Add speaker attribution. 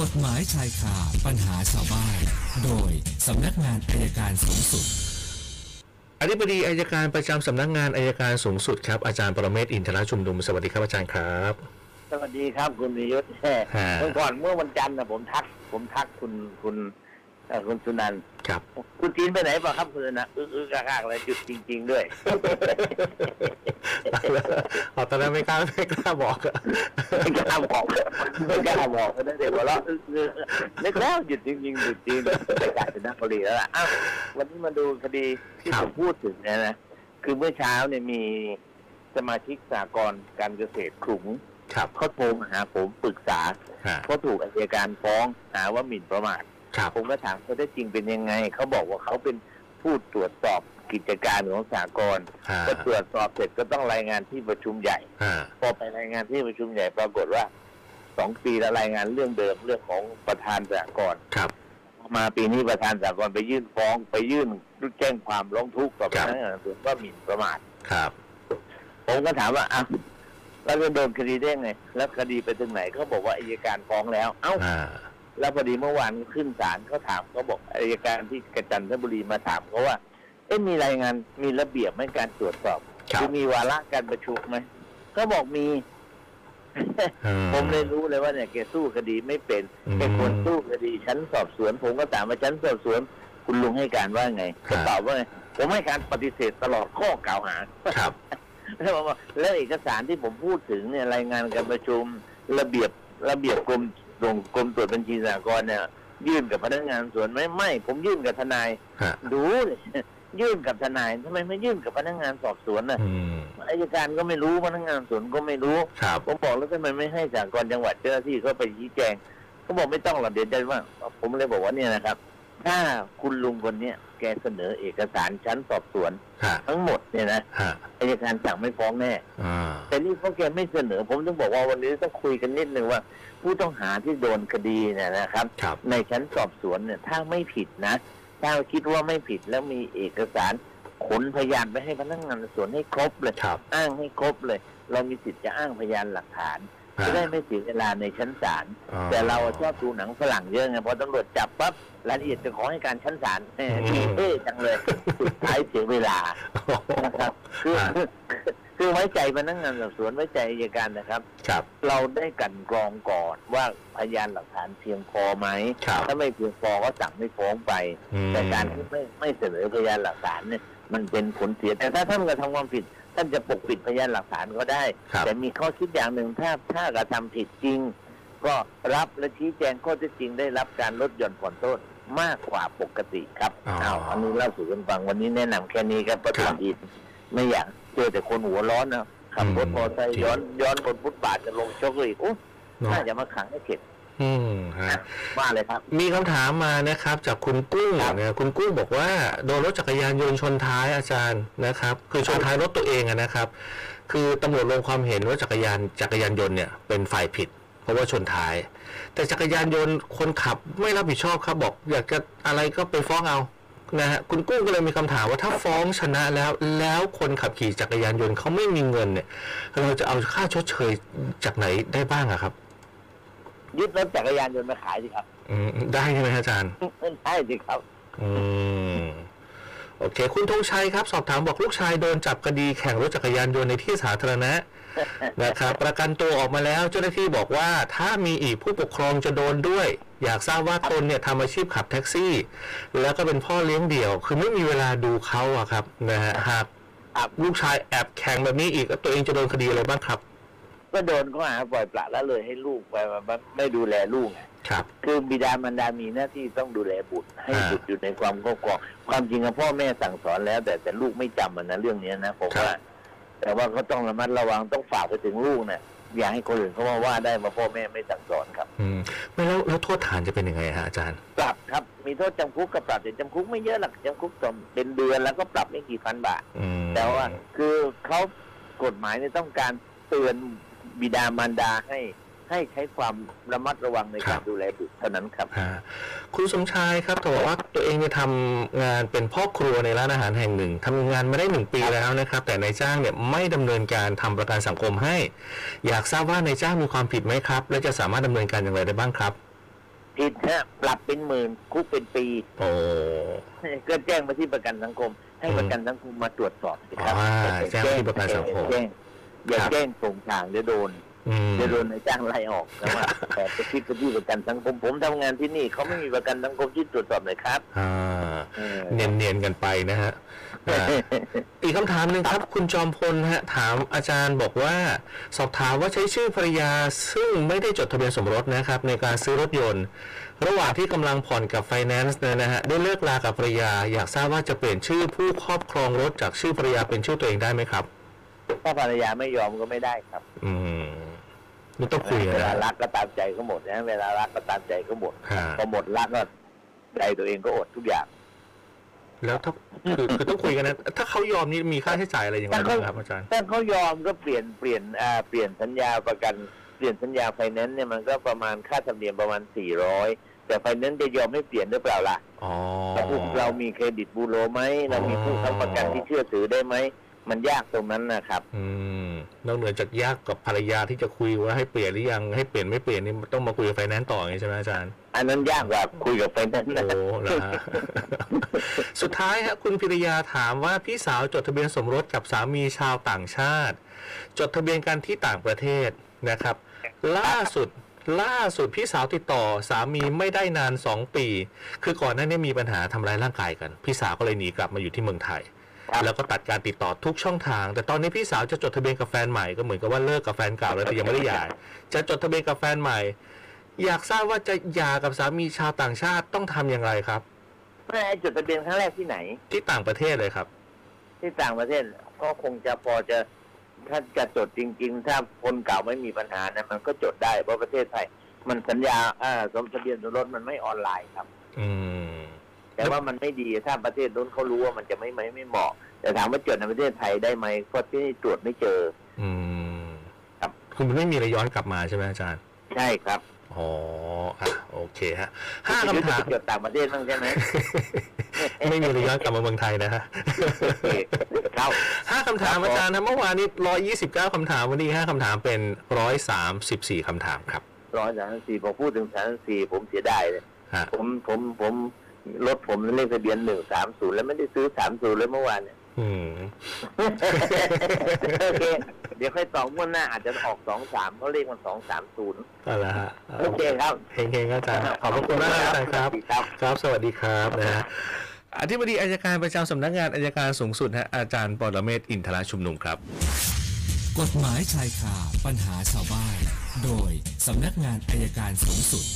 Speaker 1: กฎหมายชายคาปัญหาชาวบ้าน โดยสำนักงานอัยการสูงสุด
Speaker 2: อธิบดีอายการประจำสำนักงานอายการสูงสุดครับอาจารย์ปรเมศวร์อินทรชุมนุมสวัสดีครับอาจารย์ครับ
Speaker 3: สวัสดีครับคุณนิยุทธ์เ
Speaker 2: ฮะ
Speaker 3: มื่อก่อนเมื่อวันจันทร์นะผมทัก ผมทักคุณคุณเอ่อคุณสุนันท์
Speaker 2: ครับ
Speaker 3: คุณจีนไปไหนเปล่าครับคุณสุนะอึกอึกกากๆเลยหยุดจริง ๆ ด้วย
Speaker 2: เอาตอนนั้นไม่กล้าไม่กล้าบอกอะ
Speaker 3: ไม่กล้าบอกไม่กล้าบอกเพราะนั่นเด็กหัวเราะอึกอึกนึกแล้วหยุดจริงๆหยุดจริงไปจากสุนทรบุรีแล้วล่ะอ้าววันนี้มาดูคดีที่ผมพูดถึงเนะนะคือเมื่อเช้าเนี่ยมีสมาชิกสากลการเกษตรขลุง
Speaker 2: ครับ
Speaker 3: เขาโทรมาหาผมปรึกษา
Speaker 2: ฮะ
Speaker 3: เพราะถูกอัยการฟ้องหาว่าหมิ่นประมาท
Speaker 2: ครับ
Speaker 3: ผมก็ถามเขาได้จริงเป็นยังไง เขาบอกว่าเขาเป็นผู้ตรวจสอบกิจการของสากล
Speaker 2: ฮะ
Speaker 3: ก็ตรวจสอบเสร็จก็ต้องรายงานที่ประชุมใหญ่
Speaker 2: ฮะ
Speaker 3: พอไปรายงานที่ประชุมใหญ่ปรากฏว่าสองปีแล้วรายงานเรื่องเดิมเรื่องของประธานสากล
Speaker 2: ครับ
Speaker 3: พอมาปีนี้ประธานสากลไปยื่นฟ้องไปยื่นแจ้งความร้องทุกข์ต่อพ
Speaker 2: ครับ
Speaker 3: นักงานสอบสวนว่าหมิ่นประมาท
Speaker 2: ครับ
Speaker 3: ผมก็ถามว่าอ้าวแล้วจะโดนคดีได้ไง แล้วคดีไปถึงไหนเขาบอกว่าอายการฟ้องแล้ว เอ้า
Speaker 2: ฮะ
Speaker 3: แล้วพอดีเมื่อวานขึ้นศาลเขาถามเขาบอกอายการที่กระจันทบุรีมาถามเขาว่า เอ๊ะมีรายงานมีระเบียบไหมการตรวจสอบ
Speaker 2: ครับ
Speaker 3: มีวาระการประชุมไหมก็บอกมี
Speaker 2: อื
Speaker 3: ผมเลยรู้เลยว่าเนี่ยแกสู้คดีไม่เป็น
Speaker 2: อืม
Speaker 3: แกควรสู้คดีชั้นสอบสวน ผมก็ถามว่าชั้นสอบสวน คุณลุงให้การว่าไง
Speaker 2: ครั
Speaker 3: เขา
Speaker 2: บ
Speaker 3: ตอบว่าไงผมให้การปฏิเสธตลอดข้อกล่าวหา
Speaker 2: ครับ
Speaker 3: แล้วบอกว่าแล้วเอกสารที่ผมพูดถึงเนี่ยรายงานการประชุมระเบียบระเบียบกรมตรงกรมตรวจบัญชีสหกรณ์เนี่ย ยื่นกับพนักงานสวนไหม่ไม่ ผมยื่นกับทนาย
Speaker 2: ฮะ
Speaker 3: ดูเลย ยื่นกับทนายทำไมไม่ยื่นกับพนักงานสอบสวนน่ะ
Speaker 2: อืม
Speaker 3: อายการก็ไม่รู้พนักงานสวนก็ไม่รู้
Speaker 2: ครับ
Speaker 3: ผมบอกแล้วทำไมไม่ให้สหกรณ์จังหวัดเจ้าหน้าที่เขาไปชี้แจงเขาบอกไม่ต้องหรอกเดี๋ยวจะว่าผมเลยบอกว่าเนี่ยนะครับ ถ้าคุณลุงคนเนี้ยแกเสนอเอกสารชั้นสอบสวน
Speaker 2: ฮะ
Speaker 3: ทั้งหมดเนี่ยนะ
Speaker 2: ฮะ
Speaker 3: อายการสั่งไม่ฟ้องแน่
Speaker 2: อ่า
Speaker 3: แต่นี่เพราะแกไม่เสนอผมต้องบอกว่าวันนี้ต้องคุยกันนิดนึงว่า ผู้ต้องหาที่โดนคดีเนี่ยนะครับ
Speaker 2: ครับ
Speaker 3: ในชั้นสอบสวนเนี่ย ถ้าไม่ผิดนะถ้าคิดว่าไม่ผิดแล้วมีเอกสารขนพยานไปให้พนักงานสวนให้ครบเลย
Speaker 2: ครับ
Speaker 3: อ้างให้ครบเลย เรามีสิทธิ์จะอ้างพยานหลักฐาน
Speaker 2: ฮะ
Speaker 3: จะได้ไม่เสียเวลาในชั้นศาล
Speaker 2: อ๋อ
Speaker 3: แต่เราอะชอบดูหนังฝรั่งเยอะไงพอตำรวจจับปั๊บรายละเอียดจะขอให้การชั้นศาล เออ
Speaker 2: อืม
Speaker 3: เท่จังเลยสุดท้ายเสียเวลา นะครับคือ
Speaker 2: ฮะ
Speaker 3: คือคือไว้ใจพนักงานสอบสวนไว้ใจอัยการนะครับ
Speaker 2: ครับ
Speaker 3: เราได้กลันกรองก่อนว่าพยานหลักฐานเพียงพอไหม
Speaker 2: ครับ
Speaker 3: ถ้าไม่เพียงพอก็สั่งไม่ฟ้องไป
Speaker 2: อืม
Speaker 3: แต่การที่ไม่ไม่เสนอพยานหลักฐานเนี่ย มันเป็นผลเสียแต่ถ้าท่านกระทำความผิด ท่านจะปกปิดพยานหลักฐานก็ได้
Speaker 2: ครับ
Speaker 3: แต่มีข้อคิดอย่างหนึ่งถ้าถ้ากระทำผิดจริง ก็รับและชี้แจงข้อเท็จจริงได้รับการลดหย่อนผ่อนโทษมากกว่าปกติครับวอันนี้เล่าสู่กันฟังวันนี้แนะนำแค่นี้ครับประกอบอีกไม่อยากเจอแต่คนหัวร้อนนะขับรถมอเตอร์ไซค์ย้อนย้อนบนฟุตบาทจะลงชกเลยโอ้
Speaker 2: เนอะ
Speaker 3: น่าจะมาขังให้เข็ด
Speaker 2: อืมฮะ
Speaker 3: ว่าเลยครับ
Speaker 2: มีคำถามมานะครับ จากคุณกุ้ง
Speaker 3: ครับ
Speaker 2: นะคุณกุ้งบอกว่าโดนรถจักรยานยนต์ชนท้ายอาจารย์นะครับ คือชนท้ายรถตัวเองอะนะครับ คือตำรวจลงความเห็นว่าจักรยานจักรยานยนต์เนี่ยเป็นฝ่ายผิด เพราะว่าชนท้าย แต่จักรยานยนต์คนขับไม่รับผิดชอบครับ บอกอยากจะอะไรก็ไปฟ้องเอานะฮะคุณกุ้งก็เลยมีคำถามว่าถ้าฟ้องชนะแล้วแล้วคนขับขี่จักรยานยนต์เขาไม่มีเงินเนี่ย เราจะเอาค่าชดเชยจากไหนได้บ้างอะครับ
Speaker 3: ยึดรถจักรยานยนต์มาขายสิครับ
Speaker 2: อืมได้ใช่ไหมฮะอาจารย์
Speaker 3: ใช่สิครับ
Speaker 2: อืม โอเค คุณธงชัยครับ สอบถามบอกลูกชายโดนจับคดีแข่งรถจักรยานยนต์ในที่สาธารณะ นะครับ ประกันตัวออกมาแล้ว เจ้าหน้าที่บอกว่า ถ้ามีอีกผู้ปกครองจะโดนด้วย อยากทราบว่าตนเนี่ยทำอาชีพขับแท็กซี่ แล้วก็เป็นพ่อเลี้ยงเดี่ยว คือไม่มีเวลาดูเขาอะครับนะฮะหาก
Speaker 3: ครับ
Speaker 2: ลูกชายแอบแข่งแบบนี้อีกตัวเองจะโดนคดีอะไรบ้างครับ
Speaker 3: ก็โดนข้อหาปล่อยปละละเลยให้ลูกไปแบบไม่ดูแลลูกไง
Speaker 2: ครับ
Speaker 3: คือบิดามารดามีหน้าที่ต้องดูแลบุตร ให้
Speaker 2: อ่า
Speaker 3: บุตรอยู่ในความครอบครองความจริงอะพ่อแม่สั่งสอนแล้ว แต่แต่ลูกไม่จำอะนะเรื่องเนี้ยนะผม
Speaker 2: ครับ
Speaker 3: ว่า แต่ว่าก็ต้องระมัดระวังต้องฝากไปถึงลูกนะอย่าให้คนอื่นเขามาว่าได้ว่าพ่อแม่ไม่สั่งสอนครับ
Speaker 2: อืมไม่แล้วแล้วโทษฐานจะเป็นยังไงฮะอาจารย์
Speaker 3: ปรับครับมีโทษจำคุกกับปรับแต่จำคุกไม่เยอะหรอกจำคุกเป็นเดือนแล้วก็ปรับไม่กี่พันบาท
Speaker 2: อืม
Speaker 3: แต่ว่าคือเขากฎหมายเนี่ยต้องการเตือนบิดามารดาให้ ให้ใช้ความระมัดระวังในการดูแลบุตรเท่านั้นครับ
Speaker 2: ฮะคุณสมชายครับบอกว่าตัวเองเนี่ยทำงานเป็นพ่อครัวในร้านอาหารแห่งหนึ่งทำงานมาได้หนึ่งปีแล้วนะครับ แต่นายจ้างเนี่ยไม่ดำเนินการทำประกันสังคมให้ อยากทราบว่านายจ้างมีความผิดไหมครับ และจะสามารถดำเนินการอย่างไรได้บ้างครับ
Speaker 3: ผิดฮะปรับเป็นหมื่นคุกเป็นปี
Speaker 2: โอ้
Speaker 3: ก็แจ้งมาที่ประกันสังคม ให้ประกันสังคมมาตรวจสอบสิครับ
Speaker 2: อ่า
Speaker 3: อย่า
Speaker 2: แจ้งที่ประกันสังคม
Speaker 3: แจ้งอย่า
Speaker 2: ครับ
Speaker 3: แจ้งส่งทางเดี๋ยวโดน
Speaker 2: อืม
Speaker 3: จะโดนนายจ้างไล่ออกนะว่า แต่ไปคิดกับที่ประกันสังคมผมทำงานที่นี่เขาไม่มีประกันสังคมที่ตรวจสอบเลยครับ
Speaker 2: อ่า
Speaker 3: เออ
Speaker 2: เนียนๆกันไปนะฮะอ่า อีกคำถามหนึ่งครับ คุณจอมพลฮะถามอาจารย์บอกว่า สอบถามว่าใช้ชื่อภรรยาซึ่งไม่ได้จดทะเบียนสมรสนะครับ ในการซื้อรถยนต์ ระหว่างที่กำลังผ่อนกับไฟแนนซ์เนี่ยนะฮะได้เลิกลากับภรรยา อยากทราบว่าจะเปลี่ยนชื่อผู้ครอบครองรถจากชื่อภรรยาเป็นชื่อตัวเองได้ไหมครับ
Speaker 3: ถ้าภรรยาไม่ยอมก็ไม่ได้ครับ
Speaker 2: อืมนี่ต้องคุย
Speaker 3: เว
Speaker 2: นะ
Speaker 3: ลา
Speaker 2: ฮะ
Speaker 3: รักก็ตามใจก็หมดนะเวลารักก็ตามใจก็หมด
Speaker 2: ฮะ
Speaker 3: พอหมดรักก็ใจตัวเองก็อดทุกอย่าง
Speaker 2: แล้วถ้าคือคือต้องคุยกันนะถ้าเขายอมนี่มีค่าใช้จ่ายอะไรยังไงบ้างครับอาจารย์
Speaker 3: ถ้าเขายอมก็เปลี่ยนเปลี่ยนอ่าเปลี่ยนสัญญาประกันเปลี่ยนสัญญาไฟแนนซ์เนี่ยมันก็ประมาณค่าธรรมเนียมประมาณ 400 แต่ไฟแนนซ์จะยอมให้เปลี่ยนหรือเปล่าล่ะ
Speaker 2: อ๋อ
Speaker 3: เราเรามีเครดิตบูโรไหมเรามีผู้ค้ำประกันที่เชื่อถือได้ไหม มันยากตรงนั้นนะครับ
Speaker 2: อืมนอกเหนือจากยากกับภรรยาที่จะคุยว่าให้เปลี่ยนหรือยังให้เปลี่ยนไม่เปลี่ยนนี่ต้องมาคุยกับไฟแนนซ์ต่ออย่างนี้ใช่ไหมอาจารย์
Speaker 3: อันนั้นยากกว่าคุยกับไฟแนนซ์
Speaker 2: โอ้
Speaker 3: นะ
Speaker 2: เหรอฮะ สุดท้ายฮะคุณพิริยาถามว่าพี่สาวจดทะเบียนสมรสกับสามีชาวต่างชาติ จดทะเบียนกันที่ต่างประเทศนะครับ ล่าสุด ล่าสุดพี่สาวติดต่อสามีไม่ได้นานสองปี คือก่อนหน้านี้มีปัญหาทำร้ายร่างกายกัน พี่สาวก็เลยหนีกลับมาอยู่ที่เมืองไทย
Speaker 3: ครับ
Speaker 2: แล้วก็ตัดการติดต่อทุกช่องทาง แต่ตอนนี้พี่สาวจะจดทะเบียนกับแฟนใหม่ก็เหมือนกับว่าเลิกกับแฟนเก่าแล้วแต่ยังไม่ได้หย่าจะจดทะเบียนกับแฟนใหม่ อยากทราบว่าจะหย่ากับสามีชาวต่างชาติต้องทำอย่างไรครับ
Speaker 3: ไม่ไอ้จดทะเบียนครั้งแรกที่ไหน
Speaker 2: ที่ต่างประเทศเลยครับ
Speaker 3: ที่ต่างประเทศก็คงจะพอจะถ้าจะจดจริง ๆ ถ้าคนเก่าไม่มีปัญหานะมันก็จดได้เพราะประเทศไทย มันสัญญาอ่าสมทะเบียนสมรสมันไม่ออนไลน์ครับ
Speaker 2: อืม
Speaker 3: แต่ว่ามันไม่ดีถ้าประเทศนู้นเขารู้ว่ามันจะไม่ไม่ไม่เหมาะ แต่ถามว่าจดในประเทศไทยได้ไหมเพราะที่นี่ตรวจไม่เจอ
Speaker 2: อืม
Speaker 3: ครับ
Speaker 2: คือมันไม่มีอะไรย้อนกลับมาใช่ไหมอาจารย์
Speaker 3: ใช่ครับ
Speaker 2: อ๋อ อ่ะ โอเคฮะห้าคำถาม
Speaker 3: จดต่างประเทศบ้างใช่ไหม
Speaker 2: ไม่มีอะไรย้อนกลับมาเมืองไทยนะฮะ
Speaker 3: ครับ
Speaker 2: ห้าคำถาม
Speaker 3: ครับผม
Speaker 2: อาจารย์นะเมื่อวานนี้ร้อยี่สิบเก้าคำถาม วันนี้ห้าคำถามเป็นร้อยสามสิบสี่คำถามครับ
Speaker 3: ร้อยสามสิบสี่ผมพูดถึงสามสิบสี่ผมเสียดายเลย
Speaker 2: ฮะ
Speaker 3: ผมผมผมรถผมเลขทะเบียนหนึ่งสามศูนย์แล้วไม่ได้ซื้อสามศูนย์เลยเมื่อวานเนี่ย
Speaker 2: อืม
Speaker 3: โอเค เดี๋ยวค่อยตอบงวดหน้าอาจจะออกสองสามเพราะเลขมันสองสามศูนย์
Speaker 2: ก็แล้วฮะ
Speaker 3: โอเคครับ
Speaker 2: เฮงๆครับอาจารย์ขอบพระคุณมากครับอาจารย์ครับ
Speaker 3: สวัสดีครับ
Speaker 2: ครับ สวัสดีครับนะฮะอธิบดีอายการประจำสำนักงานอายการสูงสุดฮะอาจารย์ปรเมศวร์อินทรชุมนุมครับ
Speaker 1: กฎหมายชายคาปัญหาชาวบ้าน โดยสำนักงานอายการสูงสุด